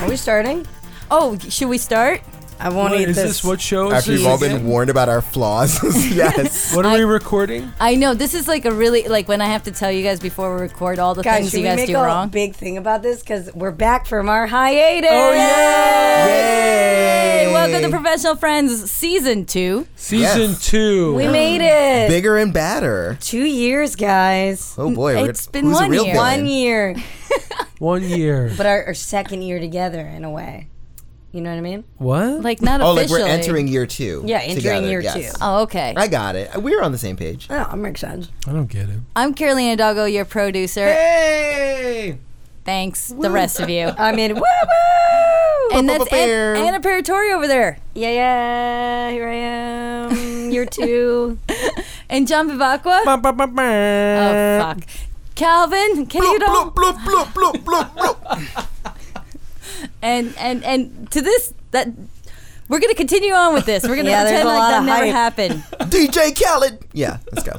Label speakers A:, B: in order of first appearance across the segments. A: Are we starting?
B: Oh, should we start?
A: I won't
C: What
A: eat
C: is
A: this.
C: this? What show is
D: After
C: this?
D: you've all
C: again?
D: been warned about our flaws. yes.
C: What are we recording?
B: I know this is like a really like when I have to tell you guys before we record all the
A: guys,
B: things
A: should
B: you
A: we
B: guys
A: make
B: do
A: a
B: wrong.
A: big thing about this? Because we're back from our hiatus.
C: Oh, yeah!
B: Hey,
D: Yay!
B: welcome to Professional Friends Season Two.
C: Season
D: Yes.
C: two.
A: We made it.
D: Bigger and badder.
A: Two years, guys.
D: Oh boy, we're-
B: It's been
D: who's
B: one
D: a real
B: year.
D: villain?
A: One year.
C: One year.
A: But our, our second year together, in a way. You know what I mean?
C: What?
B: Like not
D: Oh, like
B: officially.
D: we're entering year two.
A: Yeah, entering
D: together,
A: year
D: yes.
A: two.
B: Oh, okay.
D: I got it. We're on the same page.
A: Oh, that makes sense.
C: I don't get it.
B: I'm Carolina Doggo, your producer.
D: Hey!
B: Thanks, the rest of you.
A: I mean, woo woo!
B: and that's
D: Ba-ba-ba-bear.
B: An- Anna Paratori over there,
A: Yeah, yeah, here I am. Year two.
B: and John Vivacqua.
C: Ba, ba, ba, ba.
B: Oh fuck, Calvin, can you
D: Bloop,
B: don't?
D: bloop, bloop, bloop, bloop, bloop.
B: And and and to this that we're gonna continue on with this. We're gonna
A: Yeah, there's
B: pretend
A: a
B: like
A: lot
B: that
A: of
B: never
A: hype.
B: happened.
D: DJ Khaled. Yeah, let's go.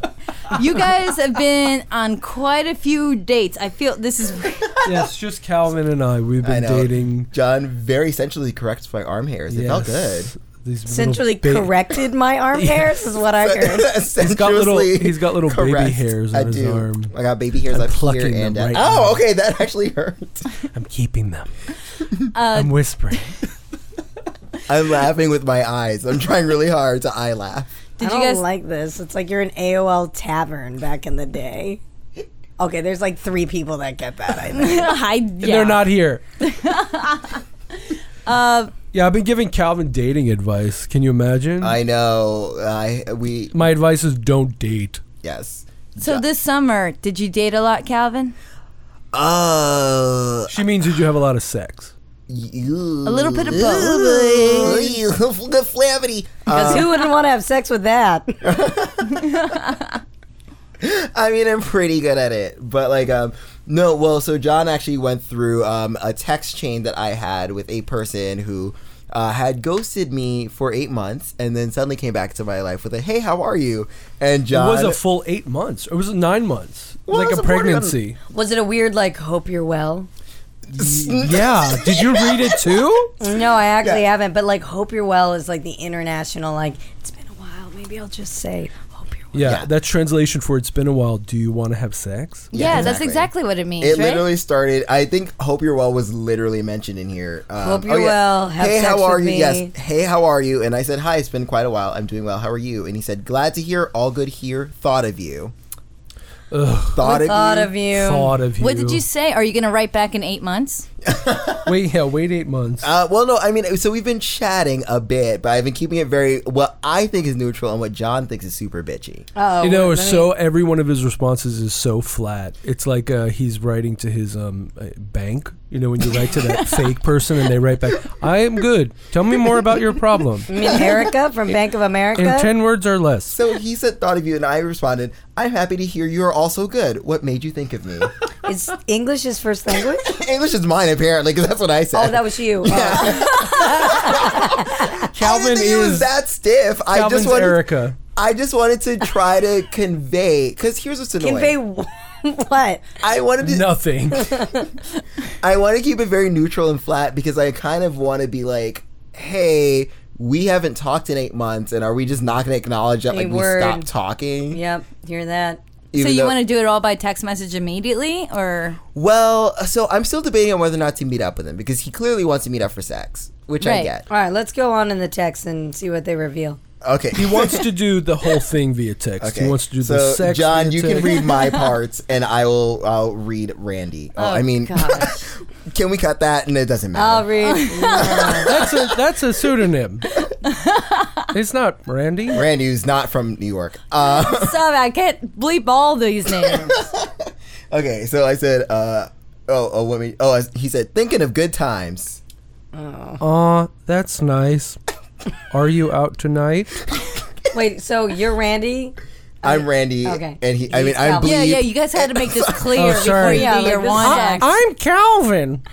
B: You guys have been on quite a few dates. I feel this is
C: Yes, just Calvin and I. We've
D: I
C: been
D: know.
C: dating.
D: John very sensually corrects my arm hairs. It felt good.
C: Yes. These little
A: Essentially
C: ba-
A: corrected my arm hairs, is what I heard.
D: he's
C: got little- he's got little baby hairs on
D: I
C: his
D: do.
C: arm.
D: I got baby hairs
C: I'm
D: up here
C: plucking them
D: and down.
C: right now.
D: oh, okay, that actually hurt.
C: I'm keeping them. I'm whispering.
D: I'm laughing with my eyes. I'm trying really hard to eye laugh.
B: Did
A: I
B: you
A: don't
B: guys-
A: like this? It's like you're an AOL tavern back in the day. Okay, there's like three people that get that. I know.
B: high. Yeah.
C: They're not here. yeah, I've been giving Calvin dating advice. Can you imagine?
D: I know. I we
C: My advice is don't date.
D: yes.
B: So this summer, did you date a lot, Calvin?
D: Uh,
C: She means did you have a lot of sex?
D: you,
B: A little bit of
D: Ooh,
B: both.
D: you good flavity. Uh,
A: Because who wouldn't want to have sex with that?
D: I mean, I'm pretty good at it, but like, um, no. Well, so John actually went through um, a text chain that I had with a person who uh, had ghosted me for eight months, and then suddenly came back to my life with a "Hey, how are you?" And John
C: it was a full eight months. It was nine months.
D: Well, it
C: like
D: was
C: a
D: a forty-
C: pregnancy.
A: Was it a weird like hope you're well?
C: yeah. Did you read it too?
A: No, I actually
D: Yeah.
A: haven't. But like hope you're well is like the international like it's been a while. Maybe I'll just say hope you're well.
C: Yeah,
D: Yeah.
C: That's translation for it's been a while. Do you want to have sex?
B: Yeah,
D: Yeah,
B: that's
D: exactly.
B: exactly what it means.
D: It
B: right?
D: literally started. I think "Hope You're Well" was literally mentioned in here. Um,
A: Hope you're well. Have
D: hey,
A: sex
D: how
A: with
D: are you?
A: me.
D: Yes. Hey, how are you? And I said, "Hi. It's been quite a while. I'm doing well. How are you?" And he said, "Glad to hear. All good here. Thought of you. Thought, of,
A: Thought
D: you.
A: of you.
C: Thought of you.
B: What did you say? Are you gonna write back in eight months?
C: Wait, yeah, wait eight months.
D: Uh, well, no, I mean, so we've been chatting a bit, but I've been keeping it very what I think is neutral and what John thinks is super bitchy.
A: Oh,
C: you know,
A: let me-
C: so every one of his responses is so flat. It's like uh, he's writing to his um, uh, bank. You know, when you write to that fake person and they write back, "I am good. Tell me more about your problem."
A: I mean, Erica from Bank of America.
C: In ten words or less.
D: So he said, "Thought of you," and I responded, "I'm happy to hear you are also good. What made you think of me?"
A: is English his first language?
D: English is mine apparently, because that's what I said.
A: oh, that was you. Oh.
D: Yeah. I
C: Calvin
D: didn't think it was
C: is
D: that stiff. I
C: Calvin's
D: just wanted.
C: Erica.
D: I just wanted to try to convey. Because here's what's annoying.
A: Convey what?
D: I wanted to.
C: Nothing.
D: I want to keep it very neutral and flat because I kind of want to be like, hey. We haven't talked in eight months, and are we just not going to acknowledge that?
A: Hey,
D: Like
A: word.
D: we stopped talking.
A: Yep, hear that.
B: so
D: even
B: you
D: though-
B: want to do it all by text message immediately, or
D: Well, so I'm still debating on whether or not to meet up with him because he clearly wants to meet up for sex, which
B: Right.
D: I get.
A: All right, let's go on in the text and see what they reveal.
D: Okay.
C: He wants to do the whole thing via text. He wants to do
D: so
C: the sex.
D: John,
C: via
D: you can
C: text.
D: read my parts, and I will. I'll read Randy. Oh, I mean,
A: gosh.
D: can we cut that? And it doesn't
A: I'll
D: matter.
A: read.
C: That's a that's a pseudonym. it's not Randy.
D: Randy, who's not from New York. Uh,
B: stop? I can't bleep all these names.
D: okay, so I said, uh, oh, oh, let me. Oh, I, he said, thinking of good times.
C: Aw, that's nice. Are you out tonight?
A: Wait, so you're Randy?
D: I'm Randy.
A: Oh, Okay.
D: And he. I mean,
A: He's
D: I'm.
A: Calvin.
B: yeah,
D: Bleep.
B: yeah. You guys had to make this clear
C: Oh,
B: before
C: sorry.
B: you
A: Yeah,
B: do your
A: like this-
B: wand
A: I-
B: act.
C: I'm Calvin.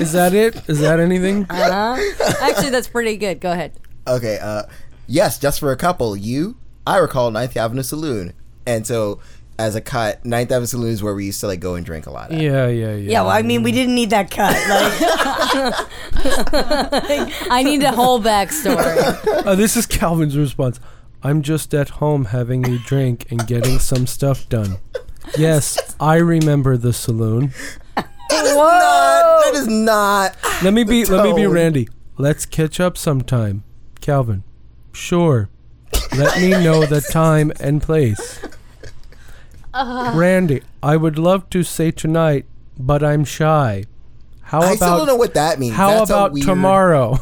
C: Is that it? Is that anything?
B: Actually, that's pretty good. Go ahead.
D: Okay. Uh, yes, just for a couple. You. I recall Ninth Avenue Saloon, and so as a cut. Ninth Avenue Saloon is where we used to like go and drink a lot. At.
C: Yeah, yeah, yeah.
A: Yeah, well, I mean, we didn't need that cut. Like,
B: I need a whole backstory.
C: Uh, this is Calvin's response. I'm just at home having a drink and getting some stuff done. Yes, I remember the saloon.
D: That is not. Uh, That is not.
C: Let me be. Let me be
D: tone.
C: Randy. Let's catch up sometime, Calvin. Sure. Let me know the time and place. Randy, I would love to say tonight, but I'm shy. How
D: I
C: about
D: still don't know what that means.
C: how
D: That's a
C: about
D: weird-
C: tomorrow?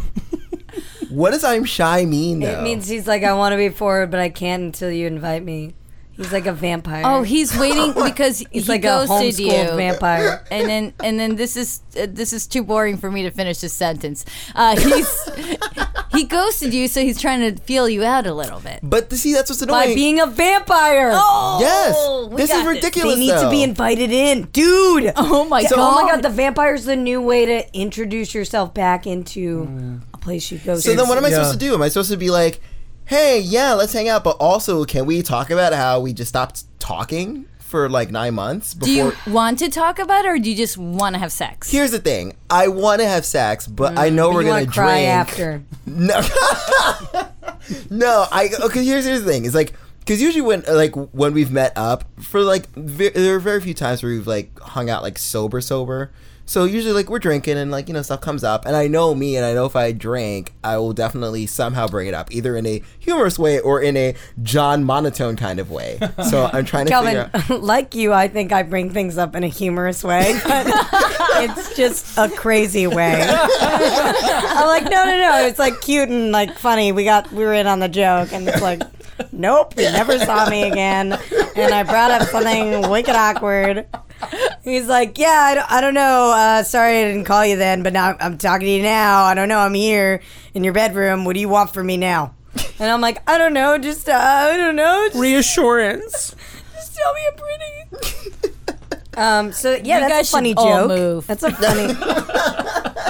D: What does I'm shy mean though?
A: it means he's like, I want to be forward, but I can't until you invite me. He's like a vampire.
B: Oh, he's waiting because
A: he's
B: he
A: like a
B: ghosted
A: homeschooled
B: you.
A: vampire.
B: and then and then this is uh, this is too boring for me to finish this sentence. Uh, he's he ghosted you, so he's trying to feel you out a little bit.
D: but the, see, that's what's annoying.
A: By being Oh, a vampire.
B: Oh,
D: yes,
B: we
D: this
B: got
D: is
B: this.
D: ridiculous.
A: They need
D: though.
A: to be invited in, dude.
B: Oh my
A: So-
B: god!
A: oh my god, the vampire's the new way to introduce yourself back into a place you go.
D: Oh, So
A: to.
D: then, what am I
C: Yeah.
D: supposed to do? Am I supposed to be like, "Hey, yeah, let's hang out," but also, can we talk about how we just stopped talking for like nine months
B: do
D: before?
B: you want to talk about it, or do you just want to have sex?
D: Here's the thing: I want to have sex, but I know we're
A: you
D: gonna
A: want to cry after?
D: drink. No, no. I okay. Here's here's the thing. It's like because usually when like when we've met up for like ve- there are very few times where we've like hung out like sober sober. So usually like we're drinking and like you know stuff comes up and I know me and I know if I drink I will definitely somehow bring it up either in a humorous way or in a John monotone kind of way. So I'm trying to
A: Calvin,
D: figure out.
A: like you, I think I bring things up in a humorous way, but it's just a crazy way. I'm like, no, no, no. It's like cute and like funny. We got, we were in on the joke, and it's like, nope, you never saw me again. And I brought up something wicked awkward. He's like, yeah, I don't, I don't know. Uh, sorry I didn't call you then, but now I'm talking to you now. I don't know. I'm here in your bedroom. What do you want from me now? And I'm like, I don't know. Just, uh, I don't know. Just
C: Reassurance.
A: tell me I'm pretty. um. So yeah,
B: You guys
A: that's a
B: should
A: funny
B: all
A: joke.
B: move.
A: That's a funny.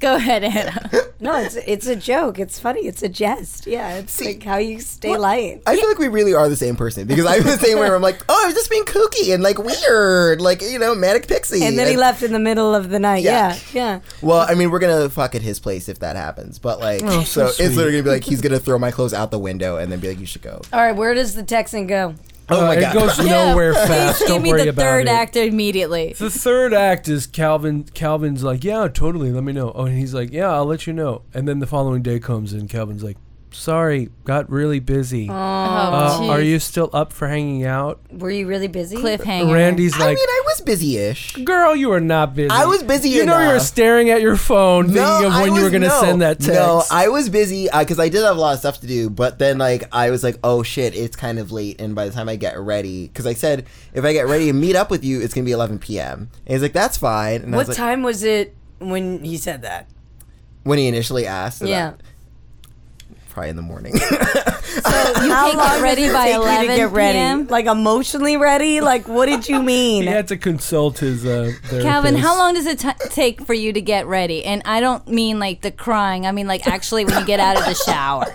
B: Go ahead, Anna.
A: no, it's it's a joke. It's funny. It's a jest. Yeah. It's like how you stay light.
D: I feel like we really are the same person because I'm the same way. Where I'm like, oh, I was just being kooky and like weird, like you know, manic pixie.
A: And then he left in the middle of the night.
D: Yeah.
A: Yeah. Yeah.
D: Well, I mean, we're gonna fuck at his place if that happens. But like, so,
C: so
D: it's
C: Oh, sweet.
D: literally gonna be like he's gonna throw my clothes out the window and then be like, "You should go."
A: All right. Where does the texting go?
D: Oh my
C: Uh, it
D: god!
C: goes nowhere
B: Yeah,
C: fast.
B: Please
C: Don't
B: give me
C: worry
B: the
C: about
B: third
C: it.
B: act immediately.
C: The third act is Calvin. Calvin's like, yeah, totally. Let me know. Oh, and he's like, yeah, I'll let you know. And then the following day comes, and Calvin's like, sorry, got really busy.
A: Oh,
C: Uh,
B: Oh, jeez.
C: are you still up for hanging out?
A: Um, Were you really busy?
B: cliffhanger?
C: Randy's
D: I
C: like,
D: mean, I was busy-ish.
C: girl, you are not busy.
D: I was busy
C: You know, you were
D: enough.
C: staring at your phone, thinking of
D: I
C: when you
D: was-
C: were going to
D: no.
C: send that text.
D: No, I was busy because I did have a lot of stuff to do. But then, like, I was like, "Oh shit, it's kind of late." And by the time I get ready, because I said if I get ready and meet up with you, it's gonna be 11 p.m. And he's like, "That's fine." And I was
A: What
D: like,
A: time was it when he said that?
D: when he initially asked, and
A: Yeah.
D: I- probably in the morning.
B: You can't get ready by
A: Take you to
B: 11
A: get ready.
B: p.m.
A: Like emotionally ready? Like what did you mean?
C: He had to consult his uh,
B: Calvin,
C: therapist.
B: how long does it t- take for you to get ready? And I don't mean like the crying. I mean like actually when you get out of the shower.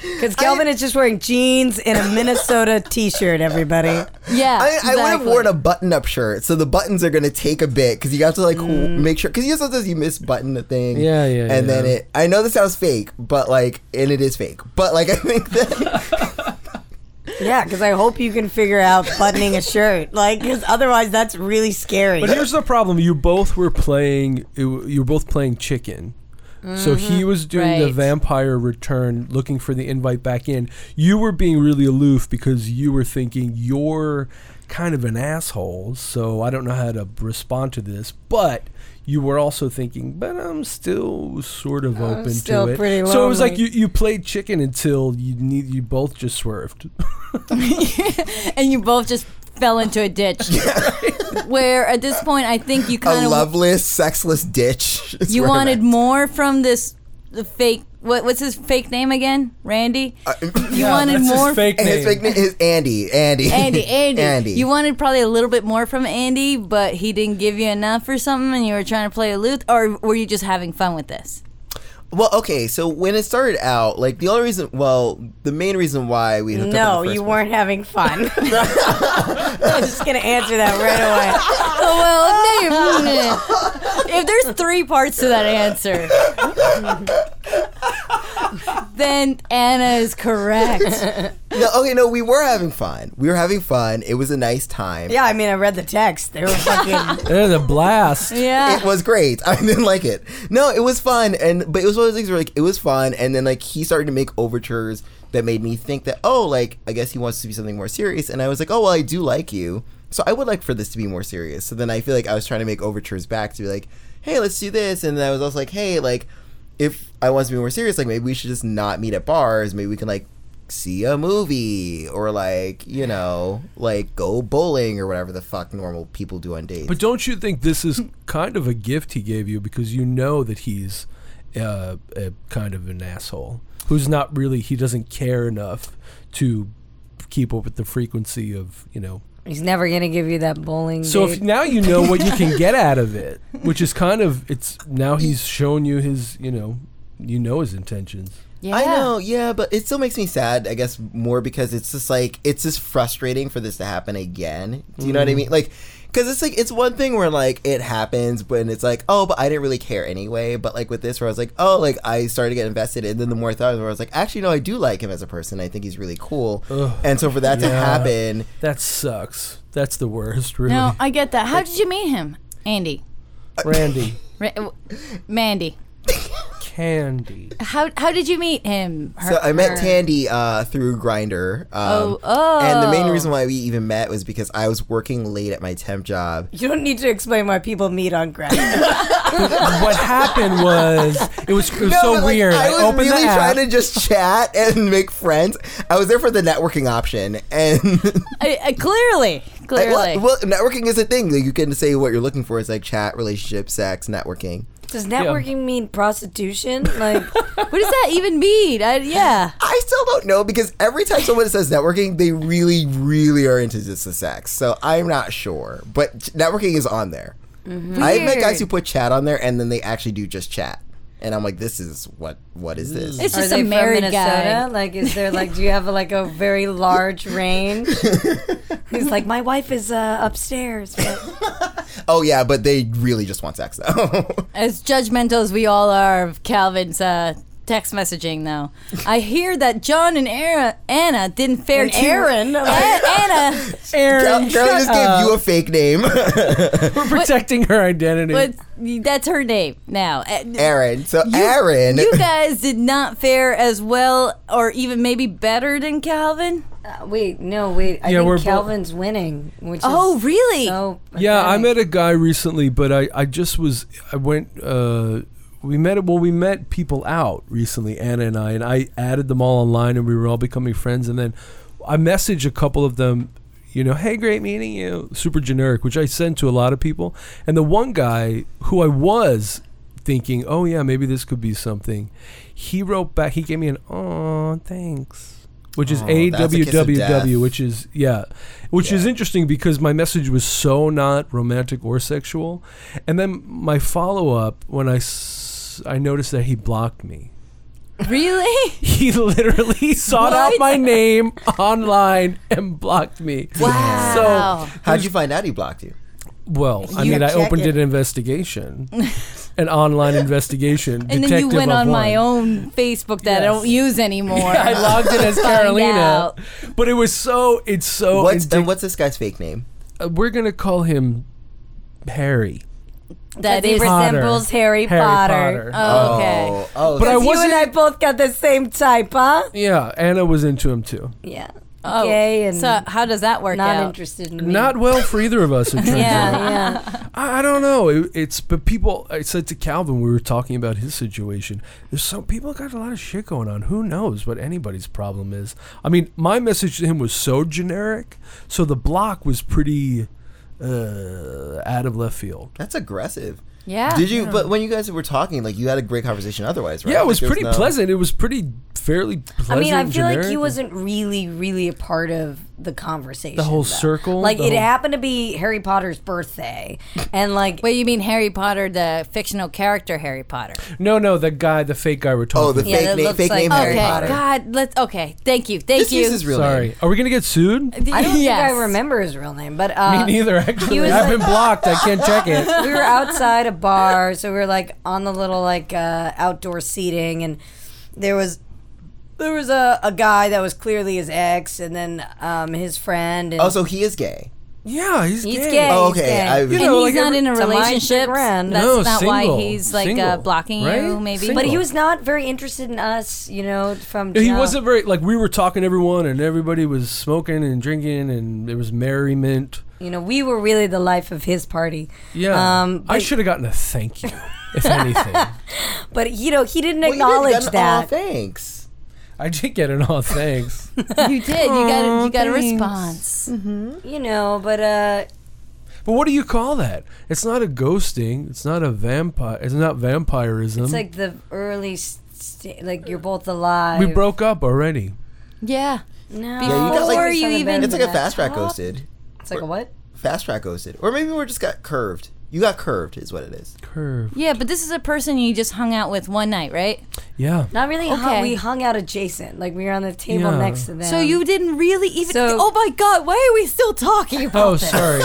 A: Because Calvin is just wearing jeans and a Minnesota t-shirt. Everybody.
B: Yeah,
D: I, I would have
B: exactly.
D: worn a button-up shirt, so the buttons are gonna take a bit because you have to like w-
B: Mm.
D: make sure because you know, sometimes you misbutton the thing.
C: Yeah, yeah,
D: And then
C: yeah.
D: it. I know this sounds fake, but like, and it is fake, but like, I think that
A: Yeah, because I hope you can figure out buttoning a shirt. Like, because otherwise that's really scary.
C: But here's the problem: you both were playing. it w- You were both playing chicken. So he was doing the
B: Right.
C: vampire return, looking for the invite back in. You were being really aloof because you were thinking you're kind of an asshole. So I don't know how to respond to this, but you were also thinking, but I'm still sort of open
A: still
C: to it.
A: pretty
C: so it was like
A: lonely.
C: you, you played chicken until you need you both just swerved.
B: and you both just fell into a ditch. Where at this point, I think you kind
D: a
B: of
D: loveless, sexless ditch. is
B: you
D: where I'm
B: wanted
D: at.
B: more from this the fake. What, what's his fake name again? Randy. you wanted
C: That's his
B: more.
C: fake
D: And Uh, his
C: name.
D: fake name is Andy. Andy.
B: Andy, Andy,
D: Andy.
B: You wanted probably a little bit more from Andy, but he didn't give you enough or something, and you were trying to play a lute, or were you just having fun with this?
D: Well, okay. So when it started out, like the only reason, well, the main reason why we hooked
A: No,
D: up. in the
A: you
D: first
A: weren't having fun. I'm just gonna answer that right away.
B: Oh, well, no, you- if there's three parts to that answer, then Anna is correct.
D: place. No, okay, no, we were having fun. We were having fun. It was a nice time.
A: Yeah, I mean, I read the text. They were fucking.
C: There's a blast.
B: Yeah.
D: It was great. I didn't like it. No, it was fun, and but it was one of those things where like it was fun, and then like he started to make overtures that made me think that oh, like I guess he wants to be something more serious, and I was like, oh well, I do like you, so I would like for this to be more serious. So then I feel like I was trying to make overtures back to be like, hey, let's do this, and then I was also like, hey, like if I want to be more serious, like maybe we should just not meet at bars. Maybe we can like see a movie or like you know like go bowling or whatever the fuck normal people do on dates.
C: But don't you think this is kind of a gift he gave you because you know that he's uh, a kind of an asshole who's not really he doesn't care enough to keep up with the frequency of you know.
A: He's never gonna give you that bowling.
C: So
A: date.
C: if now you know what you can get out of it, which is kind of it's now he's shown you his you know you know his intentions.
B: yeah.
D: I know, yeah, but it still makes me sad, I guess, more because it's just like, it's just frustrating for this to happen again. Do you know what I mean? Like, because it's like, it's one thing where like it happens, but and it's like, oh, but I didn't really care anyway. But like with this, where I was like, oh, like I started to get invested, and then the more I thought, of it, I was like, actually, no, I do like him as a person. I think he's really cool. and so for that to
C: yeah.
D: happen,
C: That sucks. That's the worst, really.
B: No, I get that. How did you meet him? Andy.
C: Randy,
B: Ra- w- Mandy.
C: Candy.
B: How, how did you meet him? Her-
D: So I met
B: her-
D: Tandy uh, through Grinder. Um,
B: Oh, oh.
D: And the main reason why we even met was because I was working late at my temp job.
A: you don't need to explain why people meet on Grindr.
C: what happened was it was, it was
D: No,
C: so
D: but, like,
C: weird.
D: I
C: I,
D: was
C: opened
D: really
C: the app.
D: trying to just chat and make friends. I was there for the networking option, and
B: I, I, Uh, clearly. Clearly.
D: Uh, well, well, networking is a thing. Like, you can say what you're looking for. It's like chat, relationship, sex, networking.
A: Does networking mean prostitution? Like,
B: what does that even mean? I, yeah.
D: I still don't know because every time someone says networking, they really, really are into just the sex. So I'm not sure, but networking is on there.
B: Mm-hmm.
D: I met guys who put chat on there, and then they actually do just chat. And I'm like, this is what? What is this?
B: It's
A: are
B: just
A: they
B: a
A: from
B: married
A: Minnesota?
B: guy.
A: Like, is there like, do you have like a very large range? He's like, my wife is uh, upstairs. But
D: oh yeah, but they really just want sex though.
B: As judgmental as we all are of Calvin's uh, text messaging, though, I hear that John and Era- Anna didn't fare too.
A: Aaron,
B: A- Anna,
D: Cal- Calvin just gave you a fake name,
C: protecting her identity.
B: but that's her name now. Uh,
D: Aaron. So Aaron,
B: You guys did not fare as well, or even maybe better than Calvin.
A: Uh, wait, no, wait. I
C: Yeah, we're
A: think
C: bo-
A: Calvin's winning, which
B: Oh,
A: is
B: really?
A: so
C: yeah, I
A: pathetic.
C: met a guy recently, but I, I just was I went uh we met well we met people out recently, Anna and I, and I added them all online and we were all becoming friends and then I messaged a couple of them, you know, hey great meeting you super generic, which I send to a lot of people. And the one guy who I was thinking, Oh yeah, maybe this could be something, he wrote back he gave me an oh thanks. Which is
D: Aw,
C: A
D: Oh, that's a
C: W
D: kiss of
C: W
D: death.
C: W, which is yeah which is interesting because my message was so not romantic or sexual and then my follow-up when i s- i noticed that he blocked me
B: Really?
C: he literally sought out
B: What?
C: my name online and blocked me
B: Wow.
C: so
D: How'd you find out he blocked you?
C: well i
A: You
C: mean i
A: check
C: opened
A: it.
C: an investigation an online investigation
B: and then you
C: detective
B: went
C: of
B: on my
C: one.
B: own Facebook that I
C: Yes.
B: don't use anymore.
C: I logged in as
B: Find
C: Carolina,
B: out.
C: but it was so Oh, it's so.
D: What's
C: indic-
D: and what's this guy's fake name?
C: uh, we're gonna call him Harry.
B: That
A: he
B: is.
A: resembles Harry,
C: Harry
A: Potter. Uh,
C: Potter. Uh,
B: Oh, okay.
D: Oh, oh,
C: But I
D: that's-
A: You and
C: wasn't-
A: I both got the same type, huh?
C: Yeah, Anna was into him too.
A: Yeah.
B: Oh,
A: Gay and
B: so how does that work
A: not
B: out?
A: interested in me.
C: Not well for either of us. It turns out.
B: Yeah,
A: yeah.
C: I, I don't know. It, it's but people. I said to Calvin, we were talking about his situation. There's some people got a lot of shit going on. Who knows what anybody's problem is? I mean, my message to him was so generic, so the block was pretty uh, out of left field.
D: that's aggressive.
B: Yeah.
D: Did you? But when you guys were talking, like you had a great conversation. Otherwise, right?
C: Yeah, it
D: Like,
C: was
D: there
C: pretty
D: no-
C: pleasant. It was pretty fairly
A: I
C: pleasant.
A: mean, I feel like
C: generic.
A: he wasn't really, really a part of the conversation.
C: The whole
A: though.
C: circle?
A: Like
C: The
A: it
C: whole-
A: happened to be Harry Potter's birthday, and like
B: Wait, you mean Harry Potter, the fictional character Harry Potter?
C: No, no, the guy, the fake guy we're talking.
D: Oh, the
C: about.
A: Yeah,
D: fake,
A: that
D: name,
A: looks
D: fake
A: like
D: name
A: Harry
B: okay,
D: Potter.
B: God, let's. Okay, thank you, thank
D: Just
B: you.
D: use his real
C: Sorry,
D: name.
C: are we gonna get sued?
A: I don't
B: Yes.
A: think I remember his real name, but uh,
C: Me neither. Actually,
A: was
C: I've
A: like- "Ah."
C: been blocked. I can't check it.
A: we were outside a bar, so we were like on the little like uh, outdoor seating, and there was there was a, a guy that was clearly his ex, and then um, his friend. And
D: Also, Oh, he is gay.
C: Yeah, he's,
A: he's
C: gay.
A: gay.
D: Oh,
A: he's
D: okay,
A: gay.
D: I- You
B: And he's
C: know, like
B: not
C: every-
B: in a
A: To my
B: relationship.
A: chagrin.
B: That's
C: No,
B: not
C: single,
B: why he's like uh,
C: single,
B: blocking you.
C: right?
B: Maybe,
A: but he
C: Single.
A: was not very interested in us, you know. From
C: He
A: jump.
C: wasn't very like we were talking to everyone, and everybody was smoking and drinking, and there was merriment.
A: You know, we were really the life of his party.
C: Yeah,
A: Um,
C: I
A: but-
C: should have gotten a thank you, if anything.
A: But you know, he didn't
D: Well, you did
A: acknowledge
D: get an aw,
A: that.
D: thanks.
C: I did get an all thanks.
B: you did. You got. A, you got a
C: Aw, thanks.
B: response.
A: You know, but uh,
C: But what do you call that? It's not a ghosting. It's not a vampire. It's not vampirism.
A: it's like the early, st- like you're both alive.
C: we broke up already.
B: Yeah.
A: No,
B: Yeah, you got, like- Before you even-
D: It's like a
A: that
D: fast track
A: top.
D: ghosted.
A: It's like a what?
D: Fast track ghosted. Or maybe we just got curved. You got curved, is what it is.
C: Curve.
B: Yeah, but this is a person you just hung out with one night, right?
C: Yeah.
A: Not really. hung-
B: Okay.
A: we hung out adjacent. Like we were on the table
C: Yeah.
A: next to them.
B: So you didn't really even.
A: So-
B: oh my God! Why are we still talking about
C: Oh,
B: this?
C: sorry.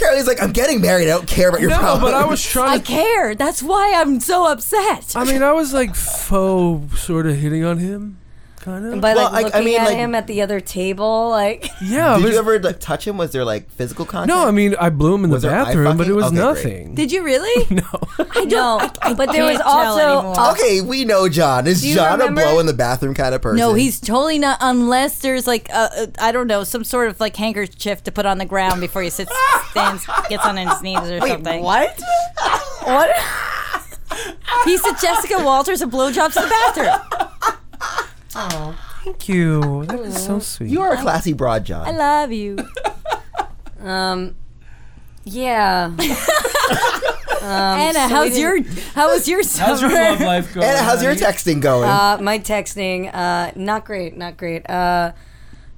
D: Carly's like, I'm getting married. I don't care about your
C: no,
D: problem.
C: but I was
B: I
C: trying to.
B: care. That's why I'm so upset.
C: I mean, I was like faux sort of hitting on him, kind of.
A: By
D: Well,
A: like
D: I- I
A: looking
D: mean,
A: at
D: like-
A: him at the other table, like
C: yeah.
D: Did
C: Oh, but-
D: you ever like touch him? Was there like physical contact?
C: no, I mean, I blew him in the
D: Was there eye
C: bathroom, but it
D: fucking?
C: was
D: Okay, great.
C: nothing.
B: Did you really?
C: no.
A: I know. but there was
B: can't tell
A: also
B: anymore.
A: uh,
D: Okay, we know John. Is
A: you
D: John
A: remember-
D: a blow in the bathroom kind of person?
B: No, he's totally not. Unless there's like I I don't know some sort of like handkerchief to put on the ground before he sits, stands, gets on his knees or something.
A: what? what?
B: He sent Jessica Walters of blowjobs in the bathroom.
C: Thank you. That is so sweet.
D: You are a classy broad, John.
B: I love you.
A: Um. Yeah.
B: Anna, how's your how was your summer?
C: life going?
D: Anna, how's your texting going?
A: Uh, my texting, uh, not great, not great. Uh,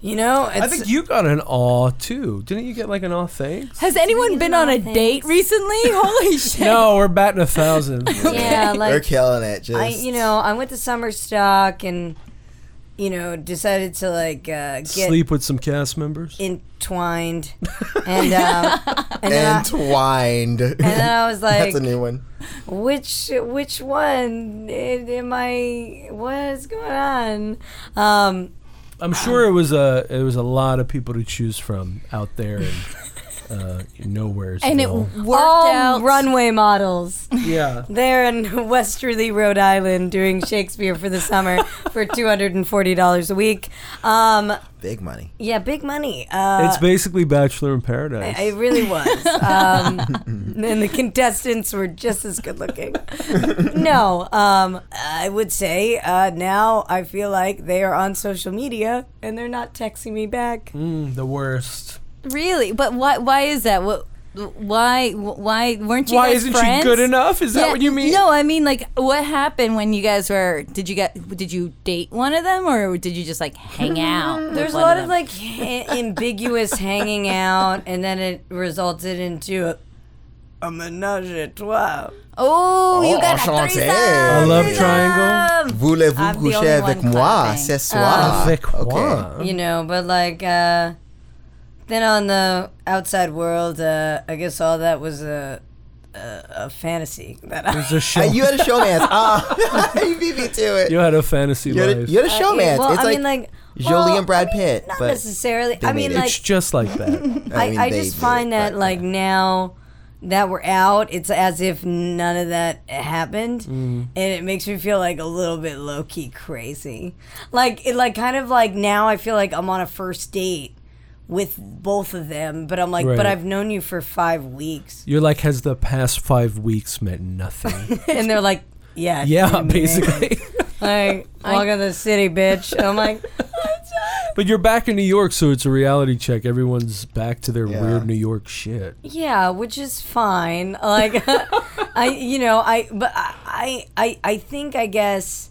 A: you know, it's,
C: I think you got an aw too. Didn't you get like an aw thanks?
B: Has anyone been on a date recently? Holy shit!
C: No, we're batting a thousand.
A: yeah,
D: They're
A: like
D: killing it. Just
A: I, you know, I went to summer stock and you know decided to like uh, get
C: Sleep with some cast members.
A: entwined, and uh, and, then I,
D: entwined.
A: and then I was like,
D: That's a new one.
A: which which one am I? What's going on? Um,
C: I'm sure it was a it was a lot of people to choose from out there and uh, nowhere.
B: and it worked
A: all
B: out.
A: runway models.
C: yeah.
A: They're in Westerly, Rhode Island, doing Shakespeare for the summer for two hundred and forty dollars a week. Um,
D: Big money.
A: yeah, big money. Uh,
C: It's basically Bachelor in Paradise.
A: it really was, um, and the contestants were just as good looking. No, um, I would say uh, now I feel like they are on social media and they're not texting me back.
C: mm, the worst.
B: really, but why? Why is that? What? Why? Why weren't you?
C: Why
B: guys
C: isn't
B: friends?
C: she good enough? Is that what you mean?
B: No, I mean like what happened when you guys were did you get did you date one of them or did you just like hang out? with
A: There's a
B: one
A: lot of
B: them?
A: like ha- ambiguous hanging out, and then it resulted into a, a menage a trois.
B: Oh, you
D: Oh,
B: got a
D: enchanté.
B: threesome.
D: I
C: I love
B: threesome.
C: triangle.
D: Voulez-vous
B: I'm the
D: coucher
B: only
D: avec
B: one
D: moi
B: clapping.
A: Uh.
D: ce soir?
C: Avec
D: okay.
C: moi.
A: you know but like uh then on the outside world uh i guess all that was a a, a fantasy that I,
C: It's a show.
D: Uh, you had a showman's. Ah, you beat me to it.
C: You had a fantasy
D: You had a,
C: life.
D: you had a showman's.
A: Uh, well,
D: it's
A: I
D: like,
A: mean like
D: Jolie
A: well,
D: and Brad
A: I mean,
D: Pitt,
A: not
D: but
A: necessarily
D: they
A: i mean
D: made it.
A: like
C: it's just like that.
A: I,
D: mean,
A: I
D: they
A: just
D: did,
A: find that
D: but,
A: like
D: uh,
A: now that we're out, it's as if none of that happened, and it makes me feel like a little bit low key crazy. Like it, like kind of like now I feel like I'm on a first date with both of them, but I'm like, but
C: Right.
A: I've known you for five weeks,
C: You're like, has the past five weeks meant nothing?
A: and they're like, yeah,
C: yeah,
A: dude, man.
C: basically.
A: like walk in the city, bitch. And I'm like,
C: but you're back in New York, so it's a reality check. Everyone's back to their
D: Yeah.
C: weird New York shit.
A: Yeah, which is fine. Like, I, you know, I, but I, I, I think I guess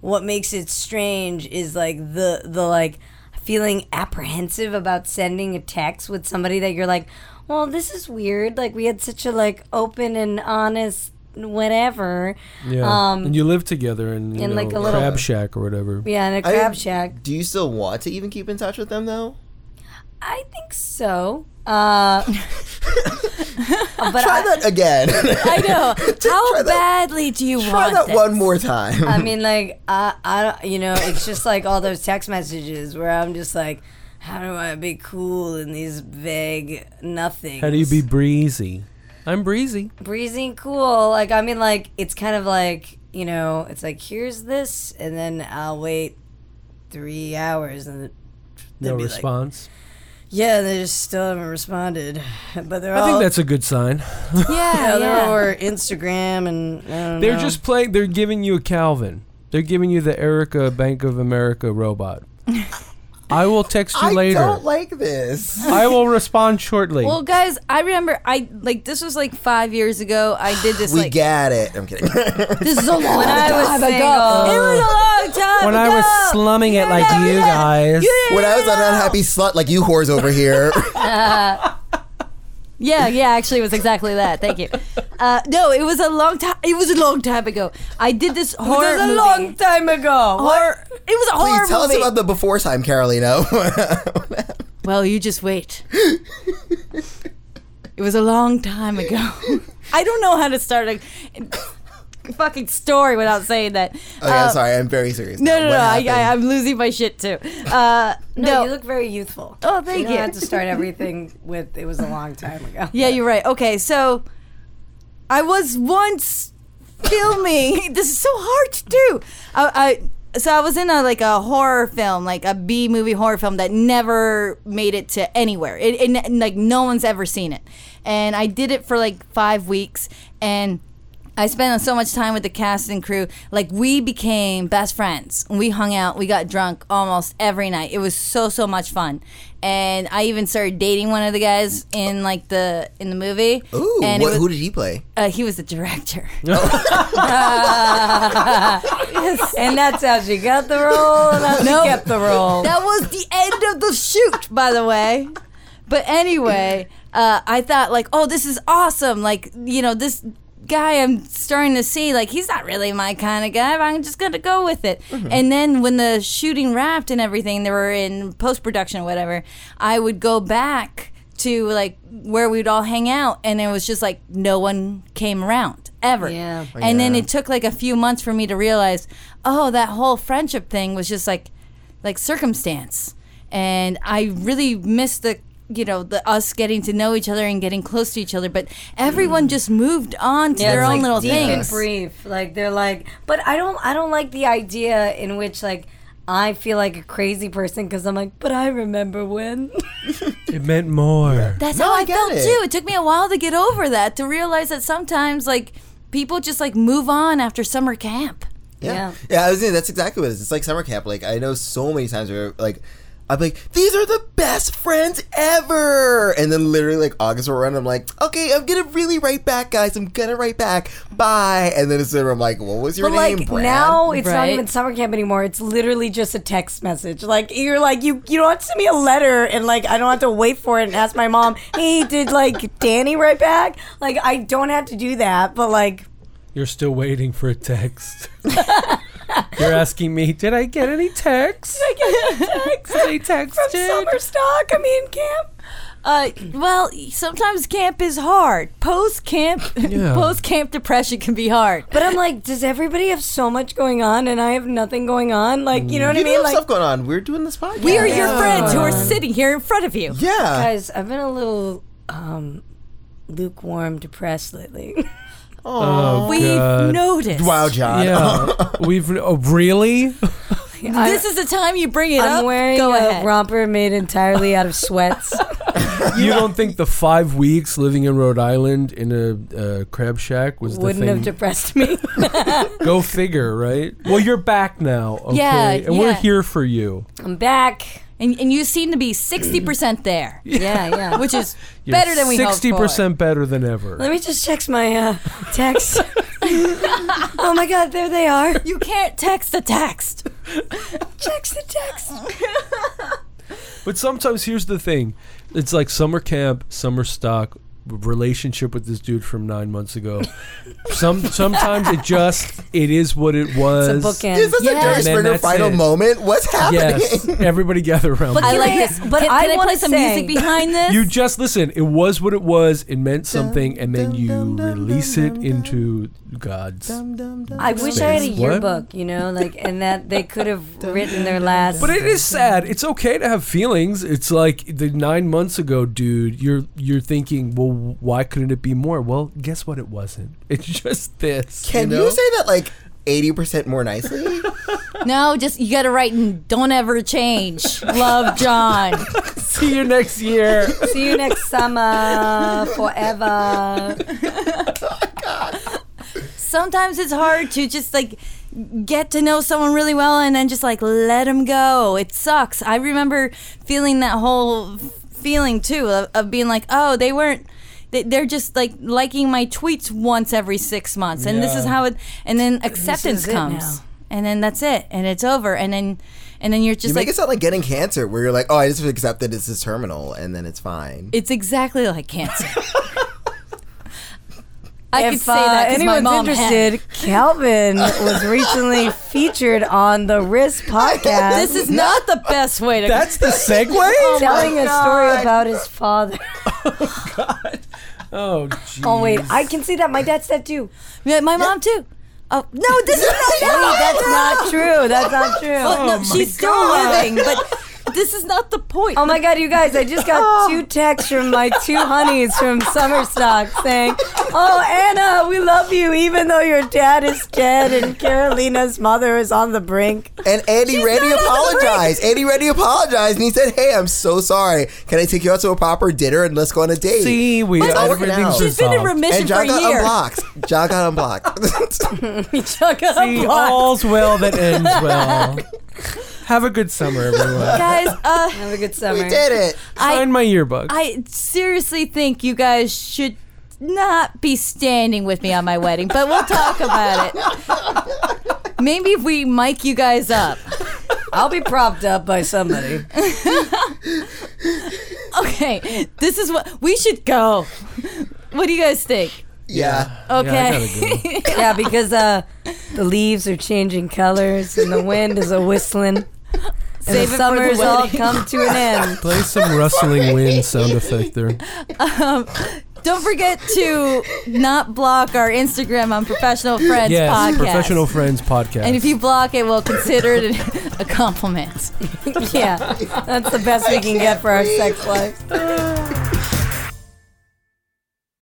A: what makes it strange is like the the like I feeling apprehensive about sending a text with somebody that you're like, well, this is weird. Like we had such a like open and honest whatever.
C: Yeah.
A: Um,
C: and you live together in, you
A: in,
C: know,
A: like, a little-
C: crab shack or whatever.
A: Yeah, in a
D: I-
A: crab shack.
D: Do you still want to even keep in touch with them though?
A: I think so. Uh, but
D: Try
A: I,
D: that again.
B: I know.
D: try
B: How
D: that-
B: badly do you
D: Try
B: want
D: that
B: this? Uh,
D: one more time.
A: I mean, like, I, I, don't- you know, it's just like all those text messages where I'm just like, how do I be cool in these vague nothing?
C: How do you be breezy? I'm breezy.
A: breezy and cool? Like, I mean, like, it's kind of like, you know, it's like here's this, and then I'll wait three hours, and
C: No
A: They'd be like-
C: response.
A: yeah, they just still haven't responded. But they're
C: I
A: all,
C: think that's a good sign.
B: Yeah,
A: yeah, they're all
B: yeah.
A: over Instagram, and I don't
C: They're
A: know.
C: just playing. They're giving you a Calvin. They're giving you the Erica Bank of America robot. I will text you
D: I
C: later.
D: don't like this.
C: I will respond shortly.
B: Well, guys, I remember I like this was like five years ago. I did this
D: We
B: like
D: get it. I'm kidding.
B: this is a long when
A: I was
B: time ago.
A: single.
B: It was a long time
C: when
B: ago.
C: I was slumming it like you guys.
D: when I was an unhappy slut like you whores over here.
B: Yeah, yeah, actually, it was exactly that. Thank you. Uh, no, it was a long time. It was a long time ago. I did this
A: It
B: horror
A: was a
B: movie.
A: long time ago.
B: horror. It was a horror
D: Please tell us
B: movie.
D: about the before time, Carolina.
B: well, you just wait. it was a long time ago. I don't know how to start a fucking story without saying that. Uh,
D: Okay, I'm Oh, sorry. I'm very serious.
B: Um, No,
D: now.
B: no,
D: What
B: no. I,
D: happened?
B: I, I'm losing my shit too. Uh,
A: No,
B: no.
A: you look very youthful.
B: oh, thank
A: You
B: you.
A: don't have to start everything with it was a long time ago.
B: Yeah, you're right. Okay, so I was once filming. this is so hard to do. I, I so I was in a like a horror film, like a B movie horror film that never made it to anywhere. It, it ne- like no one's ever seen it, and I did it for like five weeks and. I spent so much time with the cast and crew. Like we became best friends. We hung out. We got drunk almost every night. It was so so much fun. And I even started dating one of the guys in like the in the movie.
D: Ooh,
B: and it
D: what,
B: was-
D: who did he play?
B: uh, he was the director.
A: And that's how she got the role and how
B: No.
A: she kept the role.
B: that was the end of the shoot, by the way. But anyway, uh, I thought like, oh, this is awesome. Like, you know, this guy I'm starting to see, like, he's not really my kind of guy. But I'm just gonna go with it.
A: Mm-hmm.
B: And then when the shooting wrapped and everything, they were in post production, whatever. I would go back to like where we'd all hang out, and it was just like no one came around ever.
A: Yeah.
B: And then it took like a few months for me to realize, oh, that whole friendship thing was just like like circumstance and i really miss the you know the us getting to know each other and getting close to each other but everyone just moved on to their
A: it's
B: own
A: like
B: little
A: deep and
B: things
A: brief. Like they're like, but I don't, I don't like the idea in which like I feel like a crazy person because I'm like, but I remember when.
C: It meant more.
B: that's
D: No,
B: how
D: I
B: i,
D: get
B: felt
D: it.
B: too it took me a while to get over that to realize that sometimes like people just like move on after summer camp
A: Yeah.
D: Yeah. Yeah, I was saying that's exactly what it is. It's like summer camp. Like I know so many times where like I'm like, these are the best friends ever and then literally like August will run I'm like, okay, I'm gonna really write back, guys. I'm gonna write back. Bye. And then it's over I'm like, what was your
A: But
D: name,
A: like
D: Brad?
A: now, it's not
B: Right.
A: even summer camp anymore. It's literally just a text message. Like you're like you you don't have to send me a letter and like I don't have to wait for it and ask my mom. Hey, did like Danny write back? Like I don't have to do that. But like
C: You're still waiting for a text. You're asking me, did I get any texts? Did I get any texts?
A: from summer stock, I mean camp.
B: uh, well sometimes camp is hard post camp
C: Yeah.
B: post camp depression can be hard
A: But I'm like, does everybody have so much going on and I have nothing going on? Like you know what
D: You
A: I
D: do
A: mean?
D: have
A: Like
D: stuff going on. We're doing this podcast.
B: we are your
A: Yeah.
B: friends who are sitting here in front of you
D: Yeah.
A: guys, I've been a little um lukewarm, depressed lately.
C: Oh,
B: We've
C: God.
B: noticed.
D: Wow, John.
C: Yeah. We've oh, really?
B: This is the time you bring it
A: I'm
B: up.
A: wearing
B: Go
A: a
B: ahead.
A: romper made entirely out of sweats.
C: You don't think the five weeks living in Rhode Island in a uh, crab shack was
A: Wouldn't
C: the
A: have
C: thing?
A: depressed me.
C: Go figure, right? Well, you're back now, okay?
B: Yeah,
C: and we're
B: yeah.
C: here for you.
A: I'm back.
B: and, and you seem to be 60% there,
A: Yeah, yeah.
B: which is
C: You're
B: better than we hoped for.
C: 60% better than ever.
A: Let me just check my uh, text. oh my god, there they are.
B: You can't text a text.
A: Checks the text.
C: But sometimes here's the thing: it's like summer camp, summer stock relationship with this dude from nine months ago. Some sometimes it just it is what it was.
A: It's a bookend.
D: Is this
B: Yeah.
D: a Jerry
B: And
C: then
D: Springer
C: that's
D: final
C: it.
D: moment? What's happening?
C: Yes, everybody gather around.
A: But
C: me.
B: I
A: Can
B: like
A: I-
B: this.
A: but I
B: can, can I play
A: wanna
B: some
A: say-
B: music behind this?
C: You just listen. It was what it was. It meant something, and then you release it into God's.
A: I wish I had a
C: What?
A: yearbook, you know, like, and that they could have written their last.
C: But it is sad. It's okay to have feelings. It's like the nine months ago, dude. You're you're thinking, well, why couldn't it be more? Well, guess what? It wasn't. It's just this.
D: Can you,
C: know?
D: say that like eighty percent more nicely?
B: no, just you gotta write and don't ever change. Love John.
C: see you next year?
A: See you next summer, forever.
B: Sometimes it's hard to just like get to know someone really well and then just like let them go. It sucks. I remember feeling that whole f- feeling too of, of being like, oh, they weren't. they- They're just like liking my tweets once every six months, and this is
C: Yeah.
B: how it. And then acceptance
A: it
B: comes,
A: now.
B: and then that's it, and it's over, and then, and then you're just
D: You
B: like,
D: make it sound like getting cancer, where you're like, "Oh, I just accept that it's terminal, and then it's fine."
B: It's exactly like cancer. I
A: if
B: could say
A: uh,
B: that 'cause my
A: anyone's
B: mom
A: interested,
B: had.
A: Calvin was recently featured on the Wrist podcast.
B: This is not the best way to.
C: That's the segue.
A: telling a story about his father.
C: Oh, jeez.
A: Oh wait, I can see that. My dad said too.
B: Yeah, my mom too. Oh no, this is not.
A: Wait, that's not true. That's not true.
B: Oh,
A: Oh,
B: no, she's still living, but this is not the point.
A: Oh, my god, you guys! I just got two texts from my two honeys from Summerstock saying, "Oh Anna, we love you, even though your dad is dead and Carolina's mother is on the brink."
D: And Andy Reddy apologized. Andy Reddy apologized, and he said, "Hey, I'm so sorry. Can I take you out to a proper dinner and let's go on a date?"
C: See, we
D: It's all working
C: everything's
D: out.
B: She's been in
C: resolved.
B: remission
D: and
B: for
D: John
B: a
D: got
B: year.
D: unblocked. John got unblocked.
C: See,
A: oh.
C: all's well that ends well. Have a good summer, everyone.
B: Guys, uh,
A: Have a good
D: we
A: summer.
D: did it.
B: I
C: Find my yearbook.
B: I seriously think you guys should not be standing with me on my wedding, but we'll talk about it. Maybe if we mic you guys up.
A: I'll be propped up by somebody.
B: Okay, this is what we should go. What do you guys think?
D: Yeah.
C: Yeah, I
B: Okay.
C: gotta go.
A: yeah, because uh, the leaves are changing colors and the wind is a whistling. And
B: Save
A: the
B: it for the
A: summers all
B: wedding.
A: come to an end.
C: Play some rustling wind sound effect there.
B: Don't forget to not block our Instagram on Professional Friends
C: Yes,
B: podcast.
C: professional friends podcast.
B: and if you block it, we'll consider it a compliment.
A: Yeah, that's the best we can get for our sex lives.